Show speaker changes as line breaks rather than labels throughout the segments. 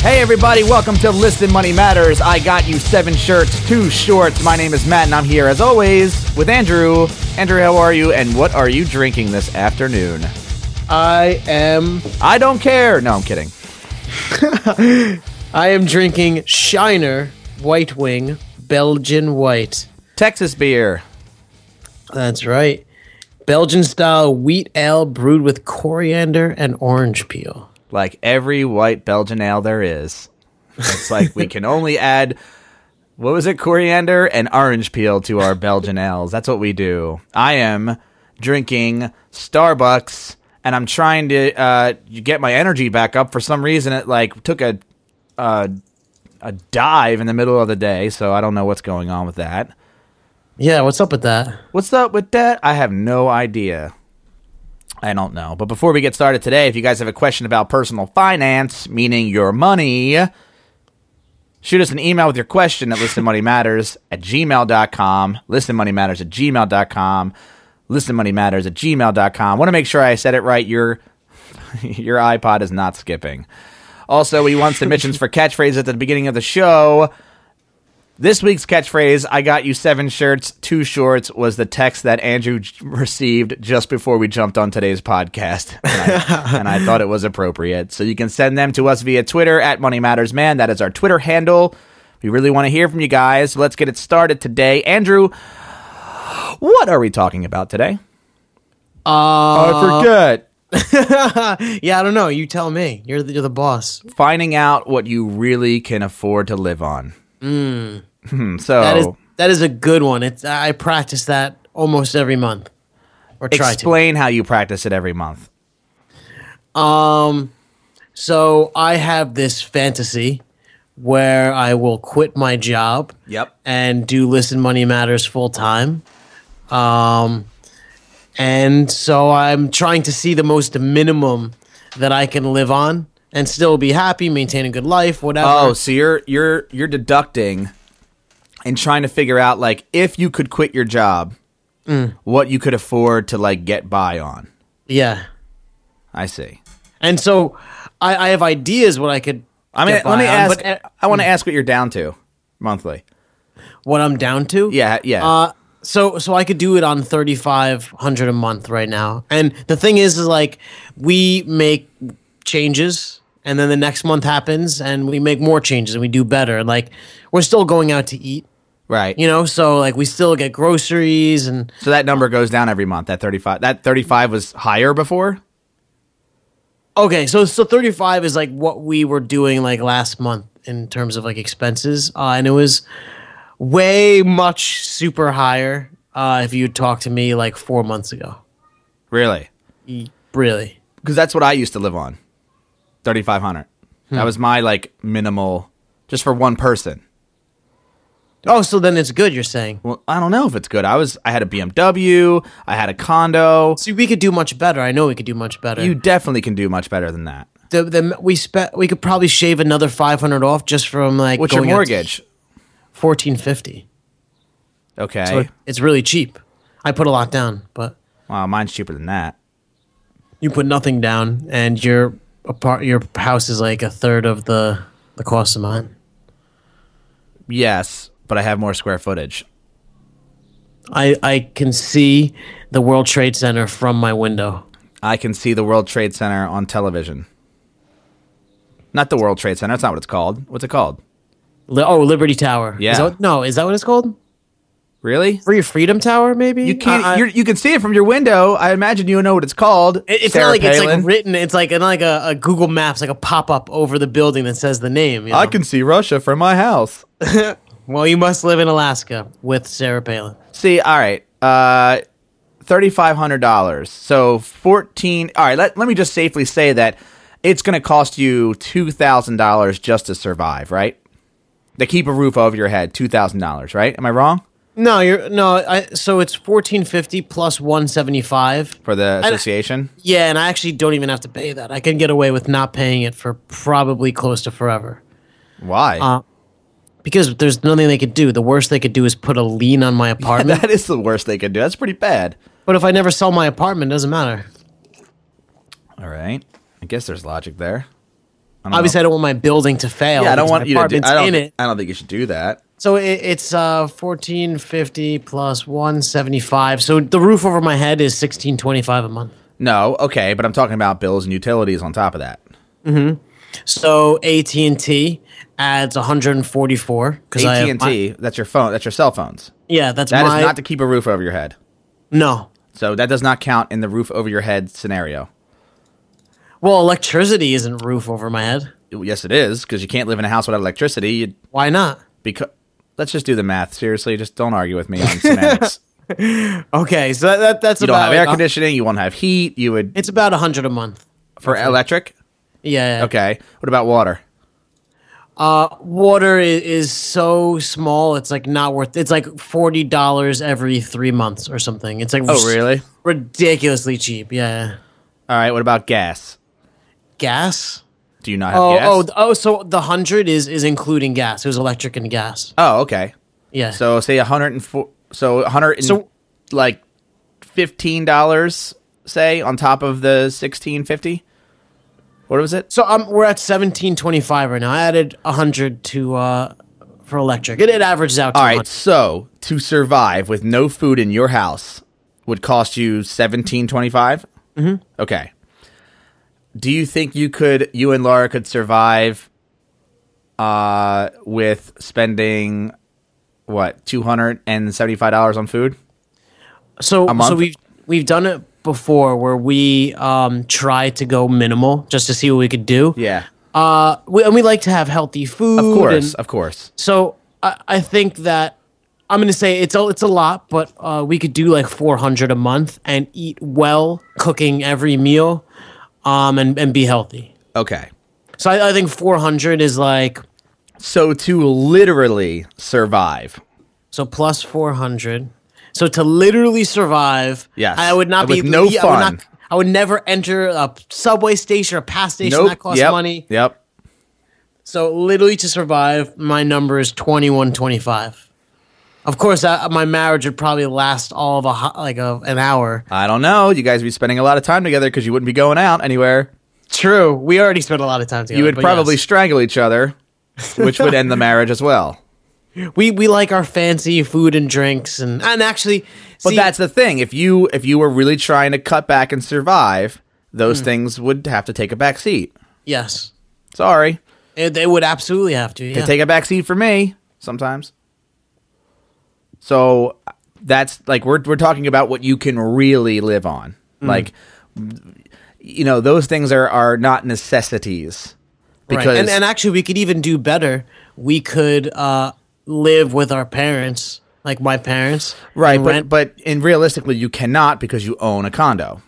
Hey, everybody, welcome to Listen Money Matters. I got you seven shirts, two shorts. My name is Matt, and I'm here, as always, with Andrew. Andrew, how are you, and what are you drinking this afternoon?
I am
I don't care. No, I'm kidding.
I am drinking Shiner White Wing Belgian White.
Texas beer.
That's right. Belgian style wheat ale brewed with coriander and orange peel.
like every white Belgian ale there is. It's like we can only add what was it, coriander and orange peel to our Belgian ales. That's what we do. I am drinking Starbucks, and I'm trying to uh, get my energy back up. For some reason, it like took a uh, a dive in the middle of the day, so I don't know what's going on with that.
Yeah, what's up with that?
What's up with that? I have no idea. I don't know. But before we get started today, if you guys have a question about personal finance, meaning your money, shoot us an email with your question at listenmoneymatters at gmail.com, listenmoneymatters at gmail.com, listenmoneymatters at gmail.com. Want to make sure I said it right. Your, your iPod is not skipping. Also, we want submissions for catchphrases at the beginning of the show. This week's catchphrase, I got you seven shirts, two shorts, was the text that Andrew j- received just before we jumped on today's podcast. And I, and I thought it was appropriate. So you can send them to us via Twitter at Money Matters Man. That is our Twitter handle. We really want to hear from you guys. Let's get it started today. Andrew, what are we talking about today?
Uh,
I forget.
Yeah, I don't know. You tell me. You're the, you're the boss.
Finding out what you really can afford to live on. Hmm, so
That is that is a good one. It's I practice that almost every month, or try to.
explain how you practice it every month.
So I have this fantasy where I will quit my job.
Yep.
and do Listen Money Matters full time. Um, and so I'm trying to see the most minimum that I can live on and still be happy, maintain a good life, whatever.
Oh, so you're you're you're deducting and trying to figure out like if you could quit your job, what you could afford to like get by on.
yeah.
I see.
And so I, I have ideas what I could.
I mean,
get
let me
by on,
ask. Mm.
but, uh,
I want to ask what you're down to monthly.
what I'm down to.
Yeah, yeah.
Uh, so so I could do it on thirty five hundred a month right now. And the thing is, is like we make changes, and then the next month happens, and we make more changes, and we do better. Like we're still going out to eat,
right.
you know. So like we still get groceries, and
so that number goes down every month. That 35 that 35 was higher before?
okay, so so thirty five is like what we were doing like last month in terms of like expenses, uh, and it was way much super higher uh, if you talked to me like four months ago.
Really?
Really.
because that's what I used to live on, thirty five hundred. That was my like minimal, just for one person.
Oh, so then it's good. You're saying.
Well, I don't know if it's good. I was I had a BMW, I had a condo.
See, we could do much better. I know we could do much better.
You definitely can do much better than that.
the, the, we spent. We could probably shave another five hundred off just from like
What's your
going out to
mortgage?
fourteen fifty.
Okay,
So it- it's really cheap. I put a lot down, but
wow, mine's cheaper than that.
you put nothing down, and your apart your house is like a third of the the cost of mine.
Yes, but I have more square footage.
I I can see the World Trade Center from my window.
I can see the World Trade Center on television. Not the World Trade Center. That's not what it's called. What's it called?
Li- oh, Liberty Tower. Is
Yeah.
that- no, is that what it's called?
Really?
Free Freedom Tower, maybe.
You can't.
I- Uh, I-
you're, you can see it from your window. I imagine you know what it's called.
It- It's
Sarah
not like it's
Palin.
like written. It's like not like a, a Google Maps, like a pop up over the building that says the name. you know?
see Russia from my house.
Well, you must live in Alaska with Sarah Palin.
See, all right. Uh thirty-five hundred dollars. So fourteen all right, let, let me just safely say that it's gonna cost you two thousand dollars just to survive, right? To keep a roof over your head, two thousand dollars, right? Am I wrong?
No, you're no. I, so it's fourteen fifty plus one seventy five.
For the association?
Yeah, and I actually don't even have to pay that. I can get away with not paying it for probably close to forever
Why?
Um, because there's nothing they could do. The worst they could do is put a lien on my apartment.
that is the worst they could do. That's pretty bad.
but if I never sell my apartment, it doesn't matter.
All right. I guess there's logic there. know.
Obviously, I don't want my building to fail.
Yeah, I don't
because
want
my
you to do.
apartment's
I don't.
in
thi-
it.
I don't think you should do that.
So it, it's uh, fourteen fifty plus one seventy five. So the roof over my head is sixteen twenty five a month.
No, okay, but I'm talking about bills and utilities on top of that.
So AT and T adds one hundred and forty four because
AT and T. That's your phone. That's your cell phones.
Yeah, that's
That is
my
not to keep a roof over your head.
no.
So that does not count in the roof over your head scenario.
Well, electricity isn't roof over my head.
Yes, it is because you can't live in a house without electricity. You,
Why not?
because let's just do the math. Seriously, just don't argue with me on semantics.
Okay, so that, that that's
you don't
about
have air
uh,
conditioning. You won't have heat. You would
It's about hundred a month.
for electric.
Yeah. yeah.
Okay. What about water?
Water is, is so small; it's like not worth. It's like forty dollars every three months or something. It's like
Oh, really?
ridiculously cheap. Yeah. yeah.
All right. What about gas?
Gas.
Do you not have
Oh,
gas?
oh, th- oh! So the hundred is is including gas. It was electric and gas.
Oh, okay.
Yeah.
So say a hundred and four. So a hundred and
So-
like fifteen dollars, say on top of the sixteen fifty. What was it?
So um, we're at seventeen twenty five right now. I added hundred to uh, for electric. It, it averages out. To
All right.
100.
So to survive with no food in your house would cost you seventeen twenty five. Mm-hmm. Okay. Do you think you could, you and Laura could survive, uh, with spending what two hundred and seventy five dollars on food?
So so
month?
we've we've done it before where we um try to go minimal just to see what we could do.
Yeah.
Uh, we, and we like to have healthy food.
Of course.
and-
Of course.
so I, I think that I'm gonna say it's a, it's a lot, but uh, we could do like 400 a month and eat well, cooking every meal, um, and and be healthy.
Okay.
So I, I think 400 is like
So to literally survive.
So plus 400. So to literally survive,
Yes.
I would not
With
be
no
yeah, I would,
fun.
not- I would never enter a subway station or pass station that costs
yep.
money.
Yep.
So literally to survive, my number is 2125. Of course, I, my marriage would probably last all of a ho- like a, an hour.
I don't know. You guys would be spending a lot of time together because you wouldn't be going out anywhere.
True, we already spent a lot of time together.
You would
but
probably
yes.
strangle each other, which would end the marriage as well.
we we like our fancy food and drinks and and actually,
But
see,
that's the thing. If you if you were really trying to cut back and survive, those
Hmm.
things would have to take a back seat.
yes,
Sorry.
Eh, they would absolutely have to.
They
Yeah.
take a back seat for me sometimes. So that's like we're we're talking about what you can really live on.
Hmm.
Like you know, those things are are not necessities. Because
right. and, and actually we could even do better we could uh, live with our parents like my parents
right,
and
but
rent-
but in realistically you cannot because you own a condo.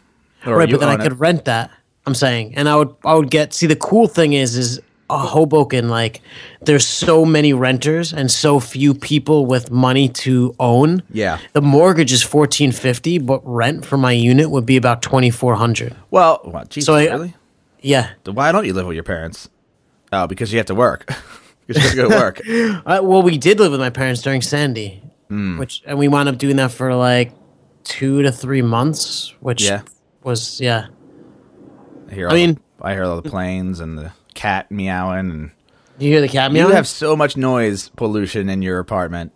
Or
right
you
but then i
own a-
could rent that i'm saying and i would i would get see the cool thing is is uh, hoboken like there's so many renters and so few people with money to own
Yeah.
the mortgage is 1450 but rent for my unit would be about 2400
Well, well Oh, Jesus,
So I-
really?
yeah
Then Why don't you live with your parents? Oh, because you have to work. you have to go to work.
Uh, well, we did live with my parents during Sandy,
Hmm.
which and we wound up doing that for like two to three months, which
Yeah.
was yeah.
I hear all
I mean-
the, I hear all the planes and the cat meowing and
You hear the cat meow?
You have so much noise pollution in your apartment.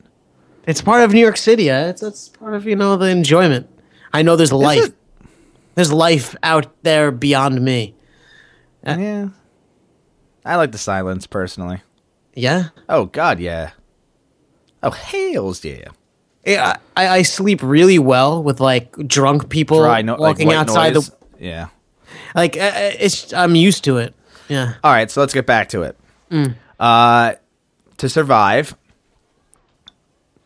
it's part of New York City. Yeah? It's that's part of you know the enjoyment. I know there's life.
it?
There's life out there beyond me. Uh,
yeah. I like the silence personally.
Yeah.
Oh god, yeah. Oh hails yeah.
Yeah, I, I sleep really well with like drunk people
Dry no-
walking
like, white
outside
noise.
the
Yeah.
like. Uh, uh, it's I'm used to it. Yeah.
All right, so let's get back to it.
Mm.
Uh to survive.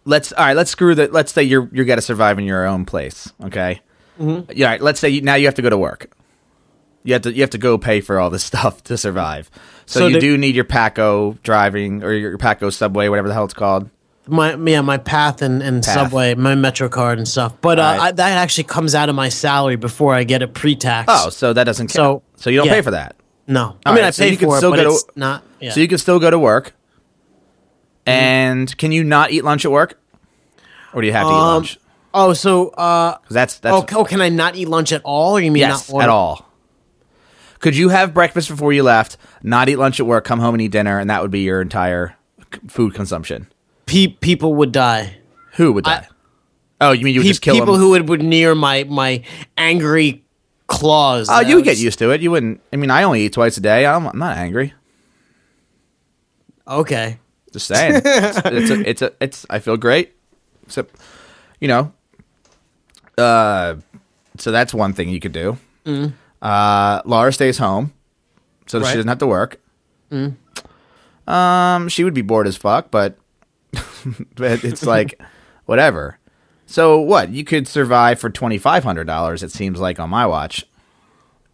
Let's all right, let's screw that let's say you're you're gotta survive in your own place, okay? Mm-hmm. Yeah, all right, let's say you, now you have to go to work. You have to you have to go pay for all this stuff to survive. So,
So
you
the-
do need your Paco driving or your Paco subway, whatever the hell it's called.
my yeah my path and, and subway my metro card and stuff but uh,
Alright.
I, that actually comes out of my salary before i get it pre-tax
Oh, so that doesn't count.
So,
So, you don't
yeah.
pay for that.
no i mean
Alright,
i
so
pay
you can
for it
still
but
go to-
it's not yeah. Mm-hmm.
So you can still go to work. And can you not eat lunch at work? Or do you have to eat lunch?
oh so uh
'Cause that's that's
oh, oh can i not eat lunch at all or you mean
yes
not order?
at all. Could you have breakfast before you left, not eat lunch at work, come home and eat dinner, and that would be your entire c- food consumption?
Pe- people would die.
Who would die? oh, you mean you would
Pe-
just kill
people
them?
who would, would near my my angry claws.
oh,
that
you
I
would get
was-
used to it. You wouldn't. I mean, I only eat twice a day. I'm, I'm not angry.
Okay.
Just saying. it's, it's, a, it's a. It's. I feel great. Except, you know. Uh, so that's one thing you could do. Uh, Laura stays home, so that
Mm. Right. Mm.
she doesn't have to work. Um, she would be bored as fuck, but but it's like whatever. So what? You could survive for twenty five hundred dollars. It seems like on my watch.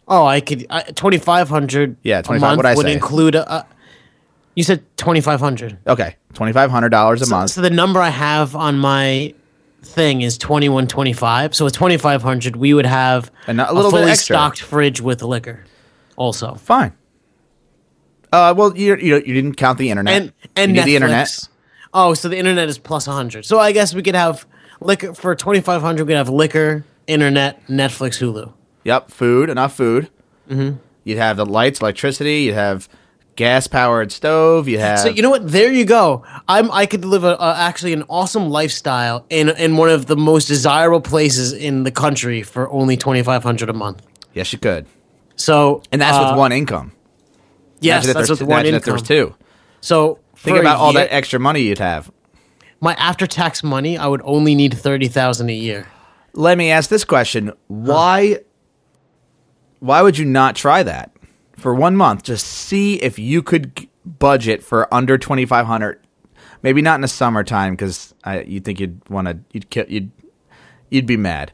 Oh, I could uh, twenty five hundred.
Yeah, 25
a month
what'd I
would
say?
include. A, a, you said twenty five hundred.
Okay, twenty five hundred dollars a month.
So the number I have on my thing is twenty one twenty five. So with twenty five hundred, we would have
And a little bit
fully
extra.
stocked fridge with liquor, also,
Fine. Uh, well, you you you didn't count the internet
and and
you need
Netflix.
the internet.
Oh, so the internet is plus hundred. So I guess we could have liquor for twenty five hundred. We could have liquor, internet, Netflix, Hulu.
Yep, food, enough food. Mm-hmm. You'd have the lights, electricity. You'd have gas powered stove. You'd have
So you know what? There you go. I'm. I could live a, a actually an awesome lifestyle in in one of the most desirable places in the country for only twenty five hundred a month.
yes, you could,
So
and that's
uh,
with one income.
Yes,
Imagine if
that's
there's-
with one
imagine
income.
if there was two.
So
Think
for a
about all
year-
that extra money you'd have.
My after tax money, I would only need thirty thousand a year.
Let me ask this question: Why, why would you not try that for one month? Just see if you could g- budget for under twenty five hundred. Maybe not in the summertime because you think you'd want to you'd ki- you'd you'd be mad,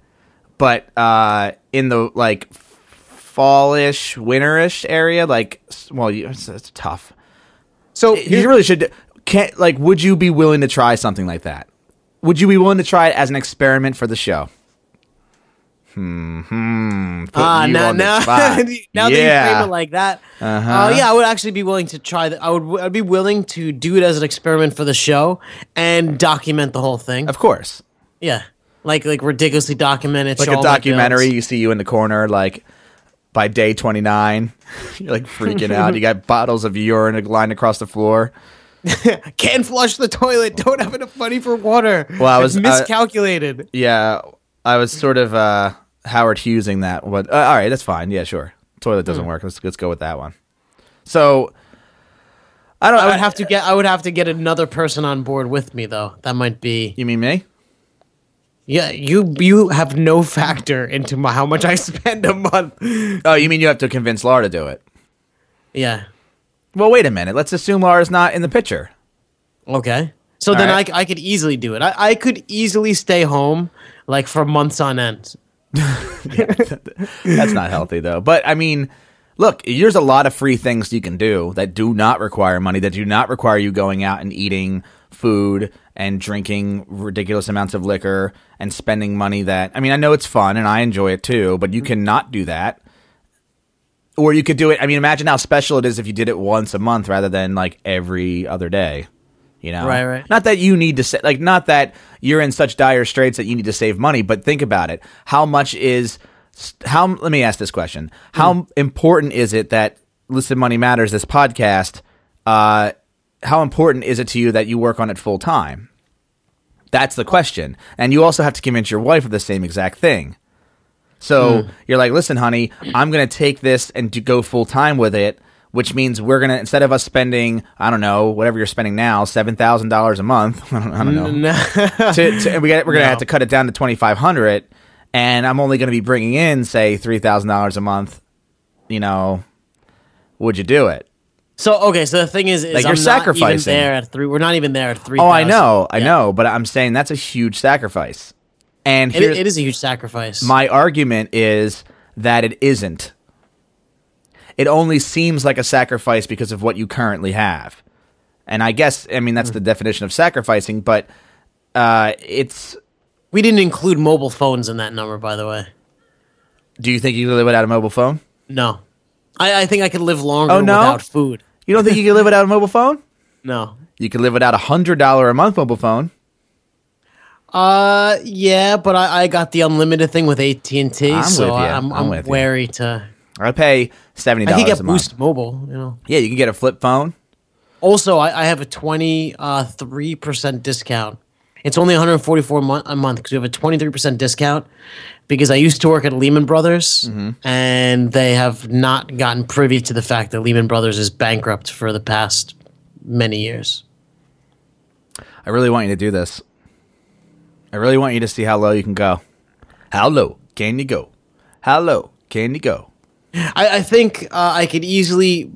but uh, in the like fallish winterish area, like s- well, you, it's, it's tough.
So
You really should. Can't like? Would you be willing to try something like that? Would you be willing to try it as an experiment for the show? Hmm. hmm putting
Ah,
you
now,
on the
now,
spot.
now that you
yeah. Uh-huh.
frame it like that, uh yeah, I would actually be willing to try that. I would I'd be willing to do it as an experiment for the show and document the whole thing.
of course,
Yeah, like like ridiculously documented.
like
show
a
all my
documentary.
bills.
You see you in the corner, like by day twenty nine, you're like freaking out. You got bottles of urine lined across the floor.
Can't flush the toilet. Don't have enough money for water.
Well, I
I've
was, uh,
miscalculated.
Yeah, I was sort of uh, Howard Hughesing that one. Uh, all right, that's fine. Yeah, sure. Toilet doesn't work. Let's let's go with that one. So. I don't.
I would have to get. I would have to get another person on board with me, though. That might be.
You mean me?
Yeah, you you have no factor into my, how much I spend a month.
Oh, you mean you have to convince Laura to do it?
Yeah.
Well, wait a minute. Let's assume Laura's not in the picture.
Okay. So then
right.
I, I could easily do it. I, I could easily stay home like for months on end.
That's not healthy, though. But I mean, look, there's a lot of free things you can do that do not require money, that do not require you going out and eating food and drinking ridiculous amounts of liquor and spending money that, I mean, I know it's fun and I enjoy it too, but you cannot do that. Or you could do it. I mean, imagine how special it is if you did it once a month rather than like every other day. You know,
Right, right.
Not that you need to sa- like, not that you're in such dire straits that you need to save money, but think about it. How much is how? Let me ask this question: How
Mm-hmm.
important is it that Listen Money Matters, this podcast? Uh, how important is it to you that you work on it full time? That's the question, and you also have to convince your wife of the same exact thing. So
Hmm.
you're like, listen, honey, I'm going to take this and do, go full time with it, which means we're going to, instead of us spending, I don't know, whatever you're spending now, $7,000 a month, I don't, I don't know, to, to, and we got, we're going to
No.
have to cut it down to 2500 and I'm only going to be bringing in, say, $3,000 a month, you know, would you do it?
So okay, so the thing is, is
Like, you're
I'm not even
sacrificing.
there at three. We're not even there at three.
Oh, I know, I know, but I'm saying that's a huge sacrifice. And
It,
here,
it is a huge sacrifice.
My argument is that it isn't. It only seems like a sacrifice because of what you currently have. And I guess, I mean, that's
Mm-hmm.
the definition of sacrificing, but uh, it's.
we didn't include mobile phones in that number, by the way.
Do you think you could live without a mobile phone?
No, I, I think I could live longer
Oh, no?
without food.
You don't think you could live without a mobile phone?
No,
You could live without a $100 a month mobile phone.
Uh, yeah, but I, I got the unlimited thing with AT and T,
I'm
so
with ya.
I'm,
I'm
I'm,
with ya.
wary to
I pay seventy
I could
dollars
get
a month.
Boost Mobile. You know.
Yeah, you can get a flip phone.
Also, I, I have a twenty three percent discount. It's only one hundred forty four mo- a month because we have a twenty three percent discount because I used to work at Lehman Brothers
Mm-hmm.
and they have not gotten privy to the fact that Lehman Brothers is bankrupt for the past many years.
I really want you to do this. I really want you to see how low you can go. How low can you go? How low can you go?
I, I think uh, I could easily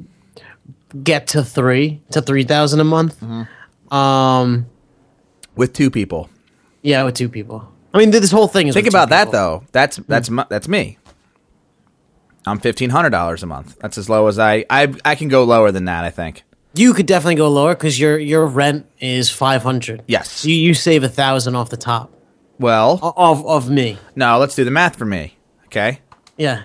get to three to three thousand a month.
Mm-hmm.
Um,
With two people.
yeah, with two people. I mean, th- this whole thing is.
Think
with two
about that
people.
though.
Hmm.
That's that's mu- that's me. I'm fifteen hundred dollars a month. That's as low as I, I I can go lower than that. I think.
You could definitely go lower because your your rent is five hundred.
Yes.
You you save a thousand off the top
Well,
o- of of me.
no. Let's do the math for me. Okay.
Yeah.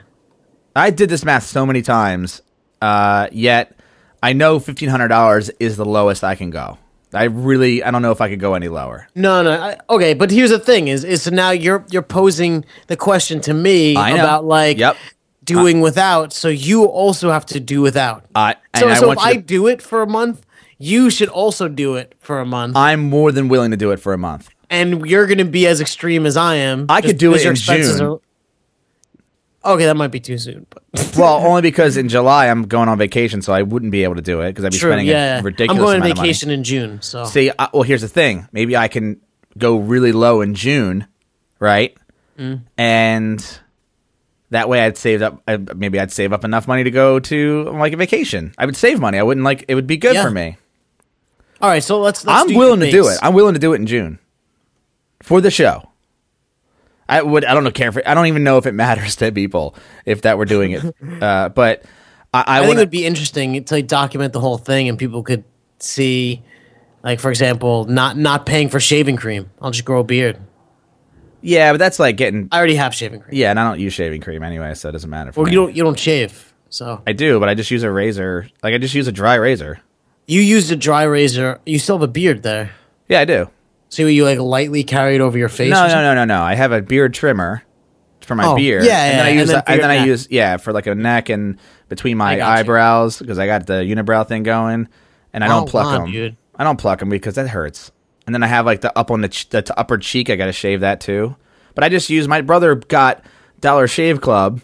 I did this math so many times, uh, yet I know fifteen hundred dollars is the lowest I can go. I really I don't know if I could go any lower.
No, no. I, okay, but here's the thing: is is so now you're you're posing the question to me
I know.
about like
Yep.
doing without. So you also have to do without.
I Uh, and
so
I
so
want
if
you
I
to-
do it for a month, you should also do it for a month,
I'm more than willing to do it for a month.
and you're going to be as extreme as I am.
I
just
could do
because
it
your
in
expenses
June.
are- okay, that might be too soon, but
Well, only because in July I'm going on vacation, so I wouldn't be able to do it because I'd be
true.
spending
yeah,
a
yeah.
ridiculous
I'm going
amount
on
of money.
vacation in June, so
See, I, well, here's the thing. Maybe I can go really low in June, right?
Mm.
And that way, I'd saved up. I, maybe I'd save up enough money to go to like a vacation. I would save money. I wouldn't like. It would be good
Yeah.
for me.
all right. So let's. let's
I'm
do your
willing to do
base.
it. I'm willing to do it in June for the show. I would. I don't care if. it- I don't even know if it matters to people if that were doing it. uh, but I, I,
I think
would
it would be interesting to like, document the whole thing, and people could see, like for example, not not paying for shaving cream. I'll just grow a beard.
Yeah, but that's like getting.
I already have shaving cream.
Yeah, and I don't use shaving cream anyway, so it doesn't matter. For
Well,
me.
you don't you don't shave, so
I do, but I just use a razor. Like I just use a dry razor.
you used a dry razor. You still have a beard there.
Yeah, I do.
So you like lightly carry it over your face.
No,
or
no,
something?
no, no, no. I have a beard trimmer for my
Oh,
beard.
yeah,
and then I
yeah,
use
and then for
and
your
then I
neck.
use yeah for like a neck and between my
got you.
eyebrows because I got the unibrow thing going, and I
Oh,
don't pluck
wow,
them.
dude.
I don't pluck them because that hurts. And then I have like the up on the ch- the t- upper cheek. I got to shave that too. But I just use my brother got Dollar Shave Club,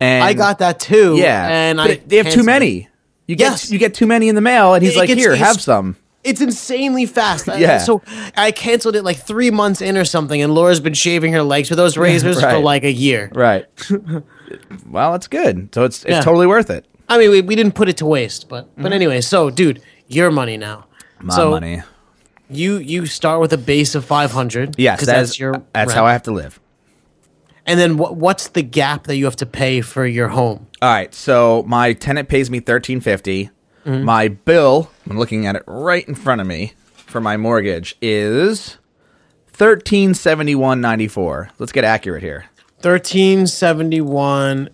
and
I got that too.
yeah.
and
but
I
they have too
canceled it.
many. You get
Yes.
you get too many in the mail, and he's
It
like,
gets-
"Here,
it's-
have some."
It's insanely fast. I-
Yeah.
so I canceled it like three months in or something, and Laura's been shaving her legs with those razors for
Right.
like a year.
Right. well, it's good. So it's it's
Yeah.
totally worth it.
I mean, we, we didn't put it to waste, but but anyway. So, dude, your money now.
Mm-hmm. My
so
money.
you you start with a base of five hundred.
Yes, that's
that's your
that's
rent.
how I have to live.
And then what what's the gap that you have to pay for your home?
All right. So my tenant pays me thirteen
Mm-hmm.
My bill, I'm looking at it right in front of me for my mortgage is thirteen seventy one ninety four. Let's get accurate here.
Thirteen seventy one.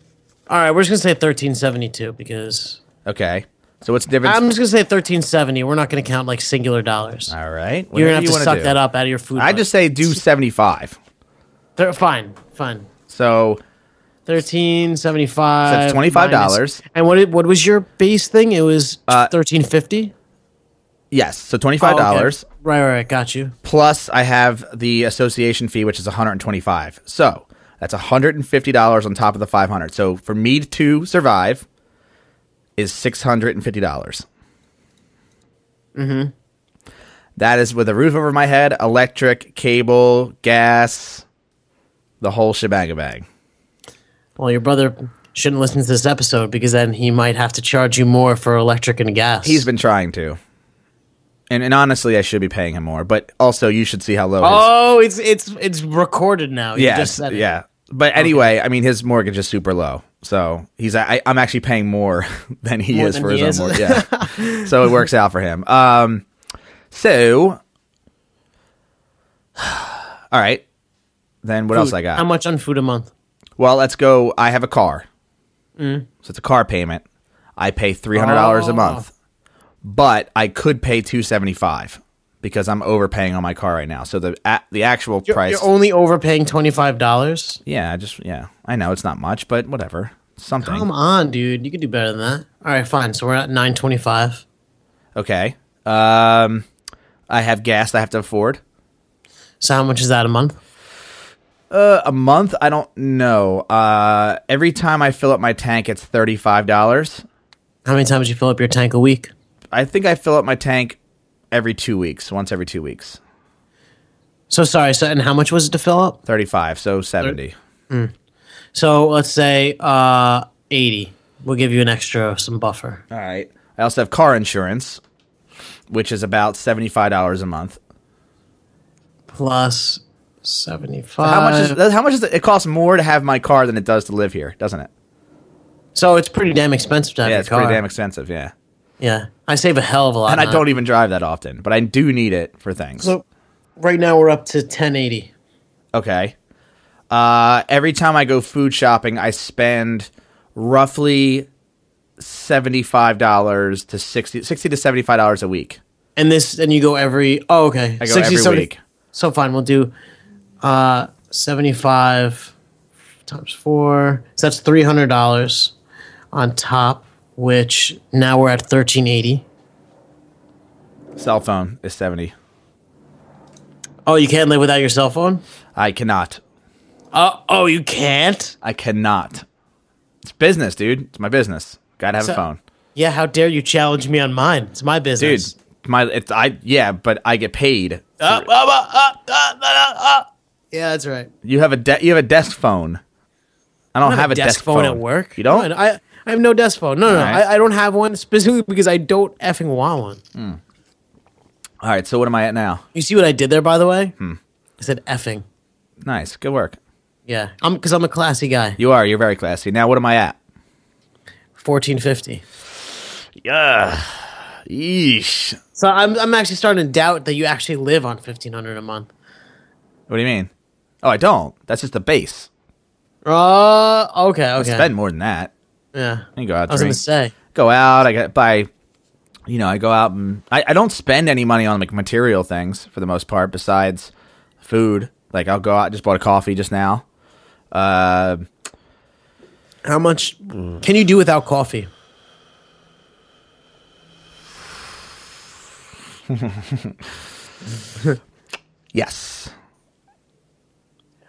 All right, we're just gonna say thirteen seventy two because
Okay. So what's the difference?
I'm just gonna say thirteen seventy. We're not gonna count like singular dollars.
All right. whatever
You're gonna have
you
to
wanna
suck
do.
that up out of your food.
I
budget.
just say do seventy five.
Thir- fine, fine.
So
Thirteen seventy five.
So it's $25.
And what it- what was your base thing? It was
Uh,
thirteen fifty.
yes, so twenty five dollars.
Oh, okay. Right, right, right, got you.
plus I have the association fee, which is 125. So that's 150 dollars on top of the 500. So for me to survive is 650 dollars. Mm-hmm. is with a roof over my head, electric, cable, gas, the whole shebangabang.
Well, your brother shouldn't listen to this episode because then he might have to charge you more for electric and gas.
He's been trying to. And, and honestly, I should be paying him more, but also you should see how low his
Oh, it's it's it's recorded now. You
Yeah,
just said it.
yeah. But anyway, I mean, his mortgage is super low, so he's I, I'm actually paying more than he
More
is
than
for
he
his own
is.
mortgage. Yeah, so it works out for him. Um, so, all right, then what else I got?
How much on food a month?
well, let's go. I have a car, so it's a car payment. I pay three hundred dollars a
Mm. Oh.
month, but I could pay two seventy five because I'm overpaying on my car right now. So the a, the actual
You're,
price
you're only overpaying twenty five dollars.
yeah, I just yeah, I know it's not much, but whatever. something.
Come on, dude. You could do better than that. All right, fine. So we're at 925.
Okay. Um, I have gas I have to afford.
So how much is that a month?
Uh, a month? I don't know. Uh, every time I fill up my tank, it's thirty-five dollars.
How many times you fill up your tank a week?
I think I fill up my tank every two weeks, once every two weeks.
So sorry. So and how much was it to fill up?
Thirty-five, so seventy.
So let's say uh 80. We'll give you an extra some buffer.
All right. I also have car insurance, which is about seventy-five dollars a month.
Plus 75.
How much
Uh,
is how much is it? It costs more to have my car than it does to live here, doesn't it?
So it's pretty damn expensive to have
Yeah,
your
it's
car.
pretty damn expensive. Yeah,
yeah. I save a hell of a lot.
and I
on that.
don't even drive that often, but I do need it for things.
So right now we're up to 1080.
Okay. Uh, every time I go food shopping, I spend roughly seventy-five dollars to 60, 60 to seventy-five dollars a week.
And this and you go every Oh, okay.
I go every week.
So fine, we'll do uh 75 times 4. So that's $300 on top, which now we're at 1380.
Cell phone is seventy.
Oh, you can't live without your cell phone?
I cannot.
Uh, oh, you can't?
I cannot. It's business, dude. It's my business. Gotta have
So-
a phone,
Yeah, how dare you challenge me on mine? It's my
dude.
business.
My it's I yeah, but I get paid.
Uh, uh, uh, uh, uh, uh, uh. Yeah, that's right.
You have a de- you have a desk phone. I don't,
I
have a desk, phone,
at work.
You don't?
No, I, I I have no desk phone. No, no, no.
Alright.
I, I don't have one specifically because I don't effing want one.
All right. So what am I at now?
You see what I did there, by the way?
Hmm.
I said effing.
Nice. Good work.
Yeah, I'm because I'm a classy guy.
You are. You're very classy. Now what am I at?
Fourteen fifty.
Yeah. Yeesh.
So I'm I'm actually starting to doubt that you actually live on fifteen hundred a month.
What do you mean? Oh, I don't. That's just the base.
Uh, okay, okay.
Spend more than that.
yeah,
I go out,
I was gonna
drink,
say.
go out. I get buy. You know, I go out and I, I don't spend any money on like material things for the most part, besides food. Like I'll go out. Just bought a coffee just now. Uh,
How much can you do without coffee?
yes.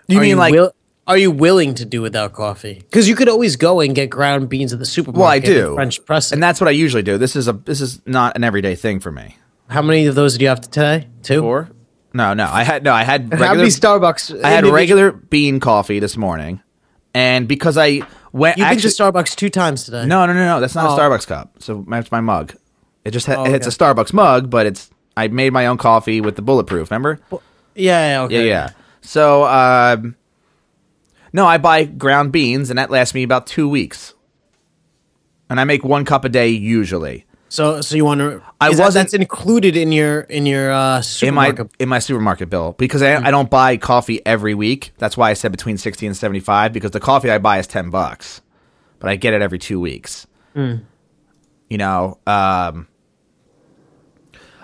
You
Are
mean like?
will- are you willing to do without coffee? Because you could always go and get ground beans at the supermarket.
well, I
and
do
French press.
and
And
that's what I usually do. This is a this is not an everyday thing for me.
how many of those do you have today? Two.
Or no, no, I had no, I had
How
regular
many Starbucks?
I had
individual-
regular bean coffee this morning, and because I went,
You've
actually,
been to Starbucks two times today.
no, no, no, no, that's not
Oh.
a Starbucks cup. So that's my mug. It just ha-
Oh,
it's a
okay.
Starbucks mug, but it's I made my own coffee with the bulletproof. Remember?
Yeah. Yeah.
yeah,
Okay.
yeah. So, um, no, I buy ground beans, and that lasts me about two weeks, and I make one cup a day usually
So, so you want to?
I
is that-
wasn't-
that's included in your in your uh,
in my
supermarket.
in my supermarket bill because I, I don't buy coffee every week. That's why I said between sixty and seventy five because the coffee I buy is ten bucks, but I get it every two weeks.
Hmm.
You know, um,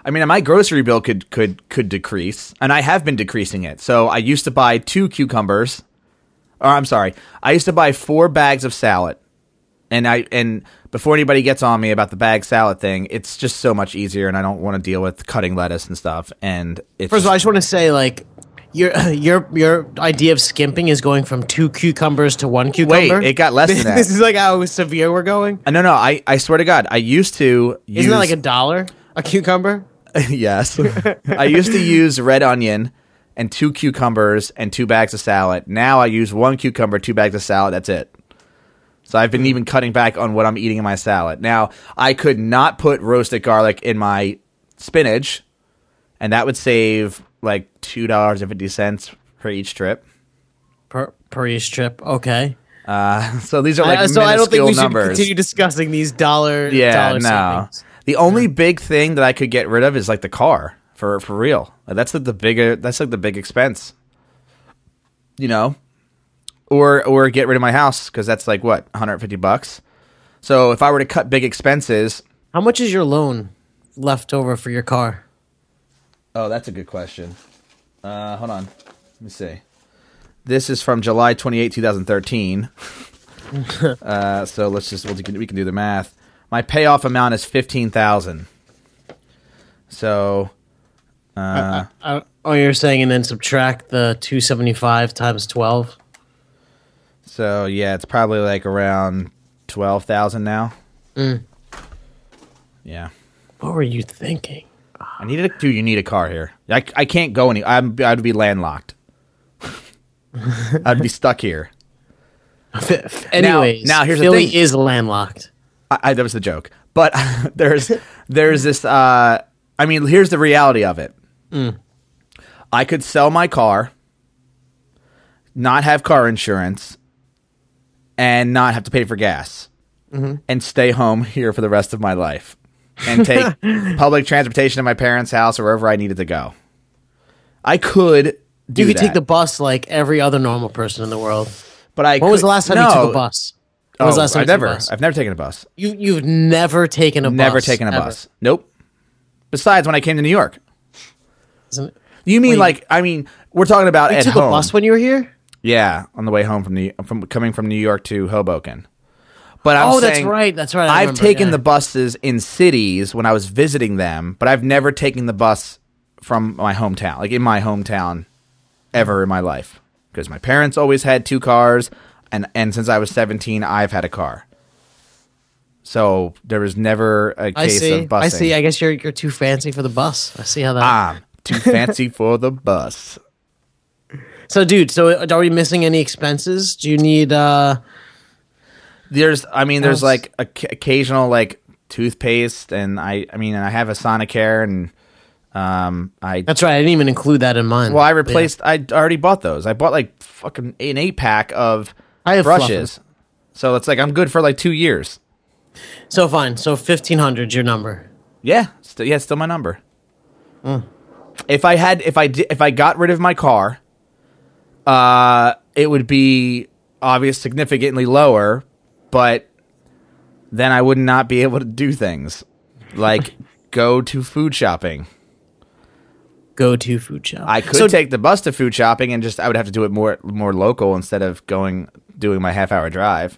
I mean, my grocery bill could could could decrease, and I have been decreasing it. So I used to buy two cucumbers, or I'm sorry, I used to buy four bags of salad, and I and before anybody gets on me about the bag salad thing, it's just so much easier, and I don't want to deal with cutting lettuce and stuff. And it's
First of all, I just want to say like. Your, your your idea of skimping is going from two cucumbers to one
wait,
cucumber.
it got less than that.
this is like how severe we're going.
Uh, no, no, I, I swear to God, I used to use,
Isn't that like a dollar? A cucumber?
yes, I used to use red onion and two cucumbers and two bags of salad. Now I use one cucumber, two bags of salad. That's it. So I've
Hmm.
been even cutting back on what I'm eating in my salad. Now I could not put roasted garlic in my spinach, and that would save like two dollars and fifty cents for each trip.
per, per each trip. Okay.
Uh, So these are like
I- so I don't think
minuscule
we should
numbers.
continue discussing these dollar.
Yeah,
dollar
no.
savings.
The only big thing that I could get rid of is like the car for for real. Like, that's like the bigger. That's like the big expense. You know, or or get rid of my house because that's like what 150 bucks. So if I were to cut big expenses,
How much is your loan left over for your car?
oh, that's a good question. Uh, hold on, let me see. This is from July 28, 2013. uh, so let's just we can, we can do the math. My payoff amount is fifteen thousand. So
Uh, oh, you're saying and then subtract the 275 times 12.
so yeah, it's probably like around twelve thousand now. Yeah,
What were you thinking?
I needed a dude. You need a car here. I, c- I can't go any. I'm I'd be landlocked. I'd be stuck here.
Anyways,
now here's the
Philly
thing.
is landlocked.
I, I, that was the joke. But there's there's this. Uh, I mean, here's the reality of it.
Mm.
I could sell my car, not have car insurance, and not have to pay for gas,
Mm-hmm.
and stay home here for the rest of my life, and take public transportation to my parents' house or wherever I needed to go. I could. Do
You could take
that,
the bus like every other normal person in the world.
But I.
When was
could-
the last time you
no.
took a bus? When was the
Oh,
last time
I've
you took a
never.
bus?
I've never taken a bus.
You you've never taken a
Never
bus.
taken a
ever,
bus. Nope. Besides, when I came to New York,
isn't it?
You mean like I mean we're talking about
You
at
took
home?
a bus when you were here?
yeah, on the way home from the from coming from New York to Hoboken. But I'm
oh, that's
saying
right. That's right. I
I've
remember,
taken
yeah.
the buses in cities when I was visiting them, but I've never taken the bus from my hometown, like in my hometown, ever in my life, because my parents always had two cars, and and since I was 17, I've had a car. So there was never a
I
case
see.
of busing. Ah.
I see. I guess you're you're too fancy for the bus. I see how that.
I'm too fancy for the bus.
So, dude, so are we missing any expenses? Do you need? uh
there's i mean there's
Yes.
like a, occasional like toothpaste and i i mean and i have a sonicare and um i
That's right. I didn't even include that in mine.
well i replaced i already bought those i bought like fucking an eight pack of
I have
brushes so it's like i'm good for like two years
So fine. So fifteen hundred, your number.
yeah st- yeah it's still my number if i had if i di- if i got rid of my car uh it would be obvious significantly lower but then I would not be able to do things like go to food shopping.
Go to food shop.
I could
So,
take the bus to food shopping and just I would have to do it more more local instead of going doing my half hour drive.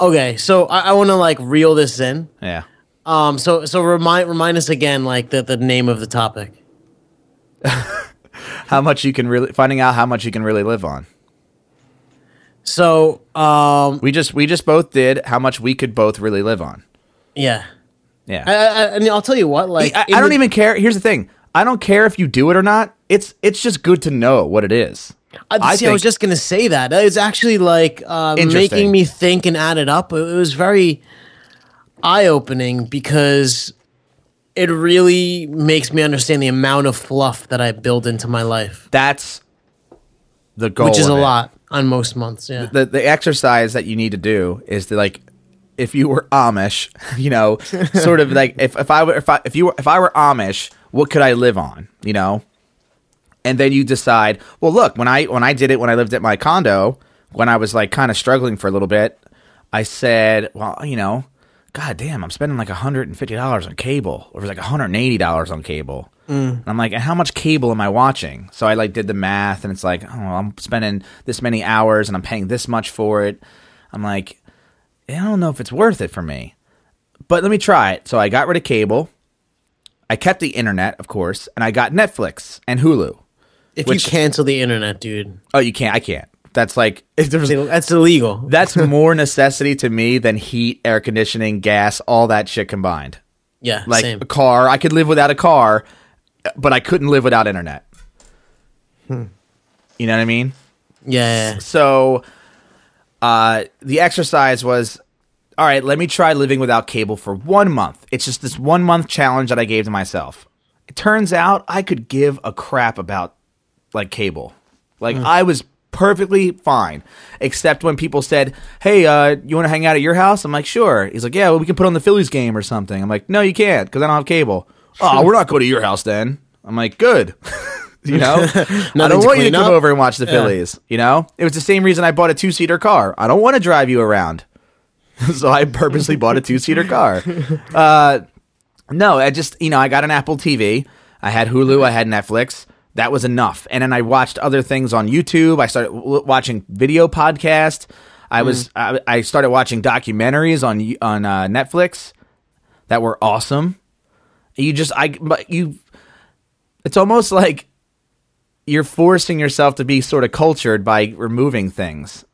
okay. So I, I want to like reel this in.
Yeah.
Um. So so remind remind us again, like the the name of the topic.
How much you can really finding out how much you can really live on.
So um.
We just we just both did how much we could both really live on.
Yeah.
Yeah.
I, I, I- and I'll tell you what. Like
I,
in
I don't
the-
even care. Here's the thing. I don't care if you do it or not. It's it's just good to know what it is.
I, see, I was just gonna say that it's actually like uh,
Interesting.
making me think and add it up. It, it was very eye opening because it really makes me understand the amount of fluff that I build into my life,
that's the goal.
which is a
of it.
lot on most months. Yeah,
the the exercise that you need to do is to like if you were Amish, you know, sort of like if, if I were if I if you were if I were Amish, what could I live on? You know? And then you decide, well look, when I when I did it when I lived at my condo, when I was like kind of struggling for a little bit, I said, Well, you know, God damn, I'm spending like hundred and fifty dollars on cable. Or it was like hundred and eighty dollars on cable. And I'm like, and how much cable am I watching? So I like did the math and it's like, oh, I'm spending this many hours and I'm paying this much for it. I'm like, I don't know if it's worth it for me. But let me try it. So I got rid of cable. I kept the internet, of course, and I got Netflix and Hulu.
if
which-
you cancel the internet, dude,
Oh, you can't. I can't. That's like if there's
that's illegal.
that's more necessity to me than heat, air conditioning, gas, all that shit combined.
yeah,
Like
same.
a car, I could live without a car, but I couldn't live without internet. You know what I mean?
Yeah, yeah,
So uh, the exercise was all right, let me try living without cable for one month. It's just this one month challenge that I gave to myself. It turns out I could give a crap about like cable.
Mm.
Like I was perfectly fine, except when people said, "Hey, uh, you want to hang out at your house?" I'm like, "Sure." He's like, "Yeah, well, we can put on the Phillies game or something." I'm like, "No, you can't because I don't have cable." oh, we're not going to your house then. I'm like, "Good." you know, I
Nothing
don't
to
want you to
clean
come
up?
over over and watch the Phillies. You know, it was the same reason I bought a two seater car. I don't want to drive you around, so I purposely bought a two seater car. Uh, no, I just you know I got an Apple TV. I had Hulu. I had Netflix. That was enough. And then I watched other things on YouTube. I started w- watching video podcasts. I was I, I started watching documentaries on y- on uh, Netflix that were awesome. You just I but you, it's almost like you're forcing yourself to be sort of cultured by removing things.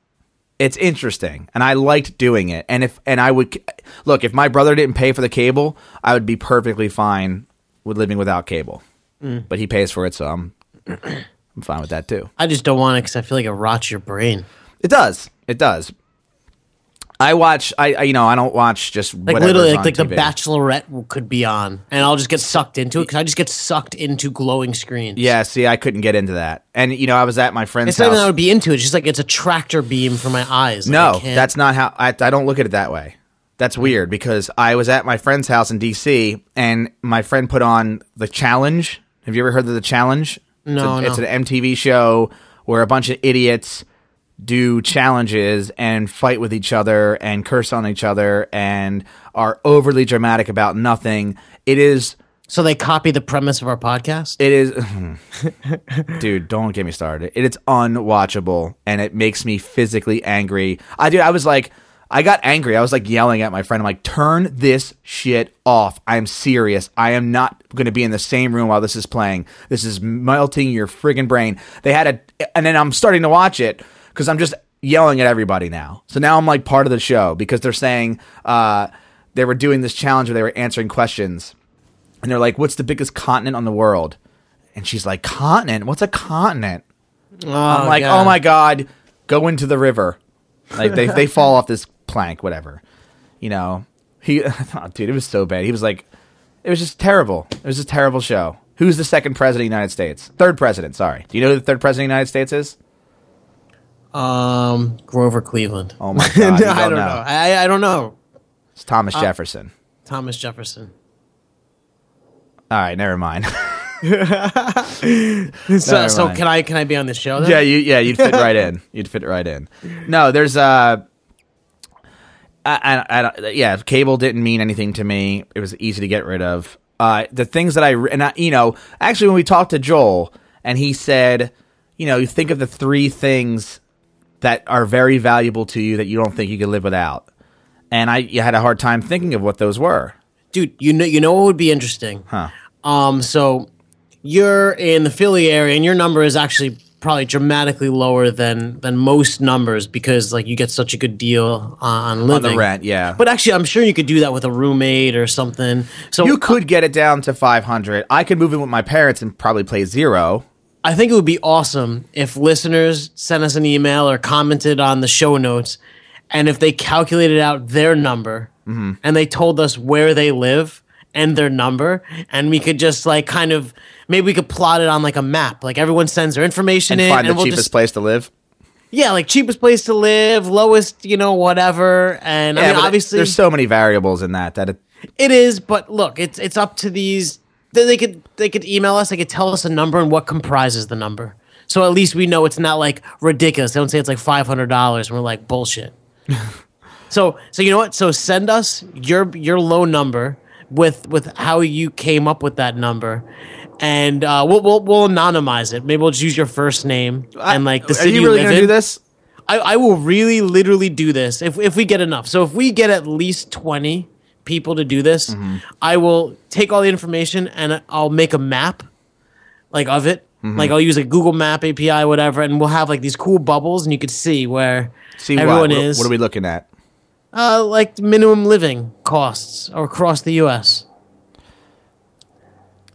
It's interesting, and I liked doing it. And if and I would look if my brother didn't pay for the cable, I would be perfectly fine with living without cable.
Mm.
But he pays for it, so I'm I'm fine with that too.
I just don't want it because I feel like it rots your brain.
It does. It does. I watch. I, I you know I don't watch just
Like
whatever's
literally,
on
like, like the
TV.
Bachelorette could be on, and I'll just get sucked into it because I just get sucked into glowing screens.
Yeah. See, I couldn't get into that, and you know I was at my friend's
it's not even that I
house.
would be into it. It's just like it's a tractor beam for my eyes. Like, I
No,
can't-
that's not how. I I don't look at it that way. That's weird because I was at my friend's house in D.C. and my friend put on the challenge. Have you ever heard of the challenge?
No,
it's, a-
no.
it's an MTV show where a bunch of idiots do challenges and fight with each other and curse on each other and are overly dramatic about nothing. It is
so they copy the premise of our podcast.
It is, dude. Don't get me started. It, it's unwatchable, and it makes me physically angry. I dude, I was like, I got angry. I was like yelling at my friend. I'm like, turn this shit off. I'm serious. I am not going to be in the same room while this is playing. This is melting your friggin' brain. They had a, and then I'm starting to watch it because I'm just yelling at everybody now. So now I'm like part of the show because they're saying uh, they were doing this challenge where they were answering questions and they're like, "What's the biggest continent on the world?" And she's like, "Continent? What's a continent?" I'm like, "Oh my god, go into the river." Like they they fall off this plank, whatever. You know, he oh, dude, it was so bad. He was like, it was just terrible. It was just a terrible show. Who's the second president of the United States? Third president, sorry. Do you know who the third president of the United States is?
Um, Grover Cleveland.
Oh my god, you don't,
I don't know.
know.
I, I don't know.
It's Thomas Jefferson.
Thomas Jefferson.
All right, never mind.
So,
Never
so
mind.
can I can I be on this show? Then?
yeah, you yeah, you'd fit right in. You'd fit right in. No, there's uh I, I, I don't, yeah, cable didn't mean anything to me. It was easy to get rid of. Uh, the things that I re- and I, you know, actually when we talked to Joel and he said, you know, you think of the three things that are very valuable to you that you don't think you could live without. And I you had a hard time thinking of what those were.
dude. You know, you know what would be interesting?
Huh.
Um, so you're in the Philly area, and your number is actually probably dramatically lower than than most numbers because like you get such a good deal uh, on, on
The
living.
rent, yeah.
But actually, I'm sure you could do that with a roommate or something. So
you could get it down to 500. I could move in with my parents and probably play zero.
I think it would be awesome if listeners sent us an email or commented on the show notes, and if they calculated out their number
Mm-hmm.
and they told us where they live and their number, and we could just like kind of maybe we could plot it on like a map. Like everyone sends their information in,
Find
and
the
we'll
cheapest
just
place to live.
yeah, like cheapest place to live, lowest you know whatever. And I
Yeah,
mean,
but
obviously
there's so many variables in that that it,
it is, but look, it's it's up to these. They, they could they could email us. They could tell us a number and what comprises the number. So at least we know it's not like ridiculous. They don't say it's like five hundred dollars, and we're like bullshit. so so you know what? So send us your your low number with with how you came up with that number, and uh, we'll, we'll we'll anonymize it. Maybe we'll just use your first name and like the
are
city
you really
live
gonna
in.
do this?
I, I will really literally do this if, if we get enough. So if we get at least 20 people to do this,
Mm-hmm.
I will take all the information and I'll make a map like of it.
Mm-hmm.
Like I'll use a Google Map API, whatever, and we'll have like these cool bubbles, and you could see where
See
everyone
what? What-
is.
What are we looking at?
uh, like minimum living costs or across the U.S.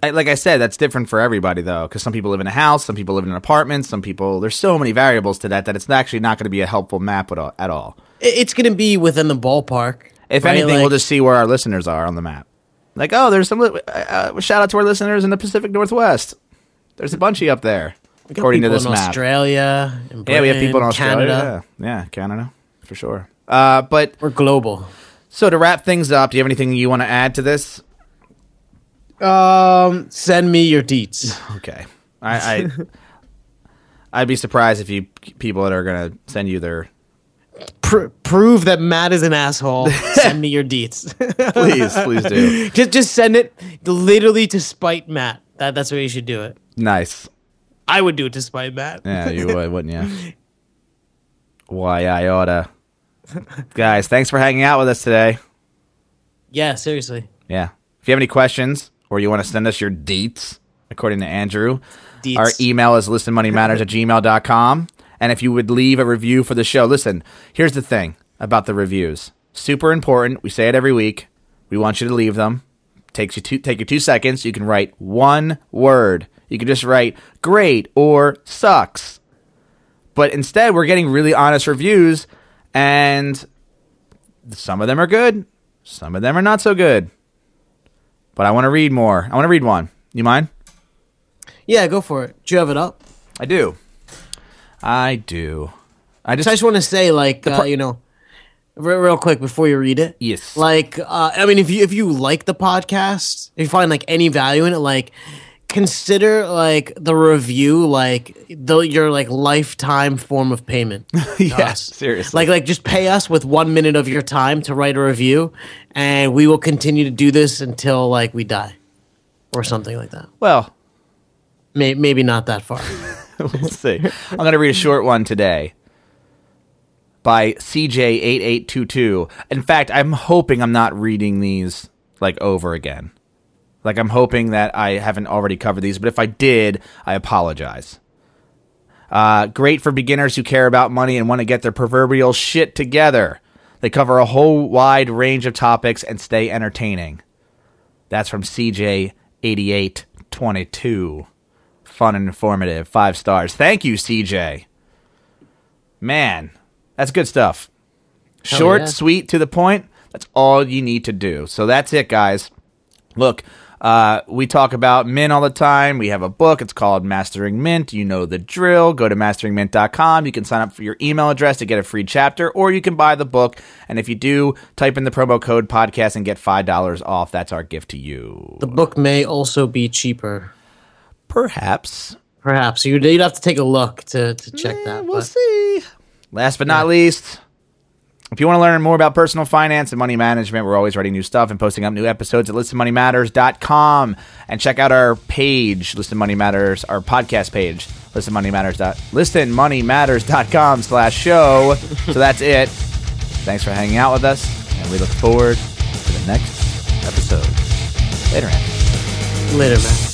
I, like I said, that's different for everybody though, because some people live in a house, some people live in an apartment, some people. There's so many variables to that that it's actually not going to be a helpful map at all. At all.
I- It's going to be within the ballpark.
If
right?
anything, we'll
Like-
just see where our listeners are on the map. Like, oh, there's some. li- Uh, uh, shout out to our listeners in the Pacific Northwest. There's a bunch of you up there,
got
according to
people
this
in
map.
Australia, in
yeah, we have people in
Britain,
Australia.
Canada.
Yeah, yeah, Canada for sure. Uh, but
We're global.
so to wrap things up, do you have anything you want to add to this?
Um, send me your deets.
Okay. I, I I'd be surprised if you people that are gonna send you their
Pr- prove that Matt is an asshole. send me your deets.
please, please do.
just just send it literally to spite Matt. That that's where you should do it.
Nice.
I would do it to spite Matt.
Yeah, you would, wouldn't you? Why I oughta Guys, thanks for hanging out with us today.
Yeah, seriously.
Yeah. If you have any questions or you want to send us your deets, according to Andrew,
Deets.
our email is listenmoneymatters at gmail.com. And if you would leave a review for the show, listen, here's the thing about the reviews. Super important. We say it every week. We want you to leave them. Takes you two take you two seconds. You can write one word. You can just write great or sucks. But instead we're getting really honest reviews and some of them are good. Some of them are not so good. But I want to read more. I want to read one. You mind?
Yeah, go for it. Do you have it up?
I do. I do. I just
So I just want to say, like, uh, you know, re- real quick before you read it.
Yes.
Like, uh, I mean, if you if you like the podcast, if you find like any value in it, like, consider like the review, like the your like lifetime form of payment. to
Yeah,
us.
seriously.
Like, like just pay us with one minute of your time to write a review, and we will continue to do this until like we die, or something like that.
well,
May- maybe not that far.
we'll see. I'm going to read a short one today by CJ8822. In fact, I'm hoping I'm not reading these like over again. Like I'm hoping that I haven't already covered these, but if I did, I apologize. Uh, great for beginners who care about money and want to get their proverbial shit together. They cover a whole wide range of topics and stay entertaining. That's from CJ8822 fun and informative. Five stars. Thank you, CJ. Man, that's good stuff. Short,
yeah.
sweet, to the point. That's all you need to do. So that's it, guys. Look, uh, we talk about mint all the time. We have a book. It's called Mastering Mint. You know the drill. Go to masteringmint.com. You can sign up for your email address to get a free chapter, or you can buy the book. And if you do, type in the promo code podcast and get $5 off. That's our gift to you.
the book may also be cheaper.
Perhaps
Perhaps you'd, you'd have to take a look to, to check that.
We'll
but-
see. Last but not least, if you want to learn more about personal finance and money management, we're always writing new stuff and posting up new episodes at listenmoneymatters.com. And check out our page, Listen Money Matters, our podcast page, listenmoneymatters. dot- listenmoneymatters.com slash show. so that's it. Thanks for hanging out with us, and we look forward to the next episode. Later, Andy.
Later, man.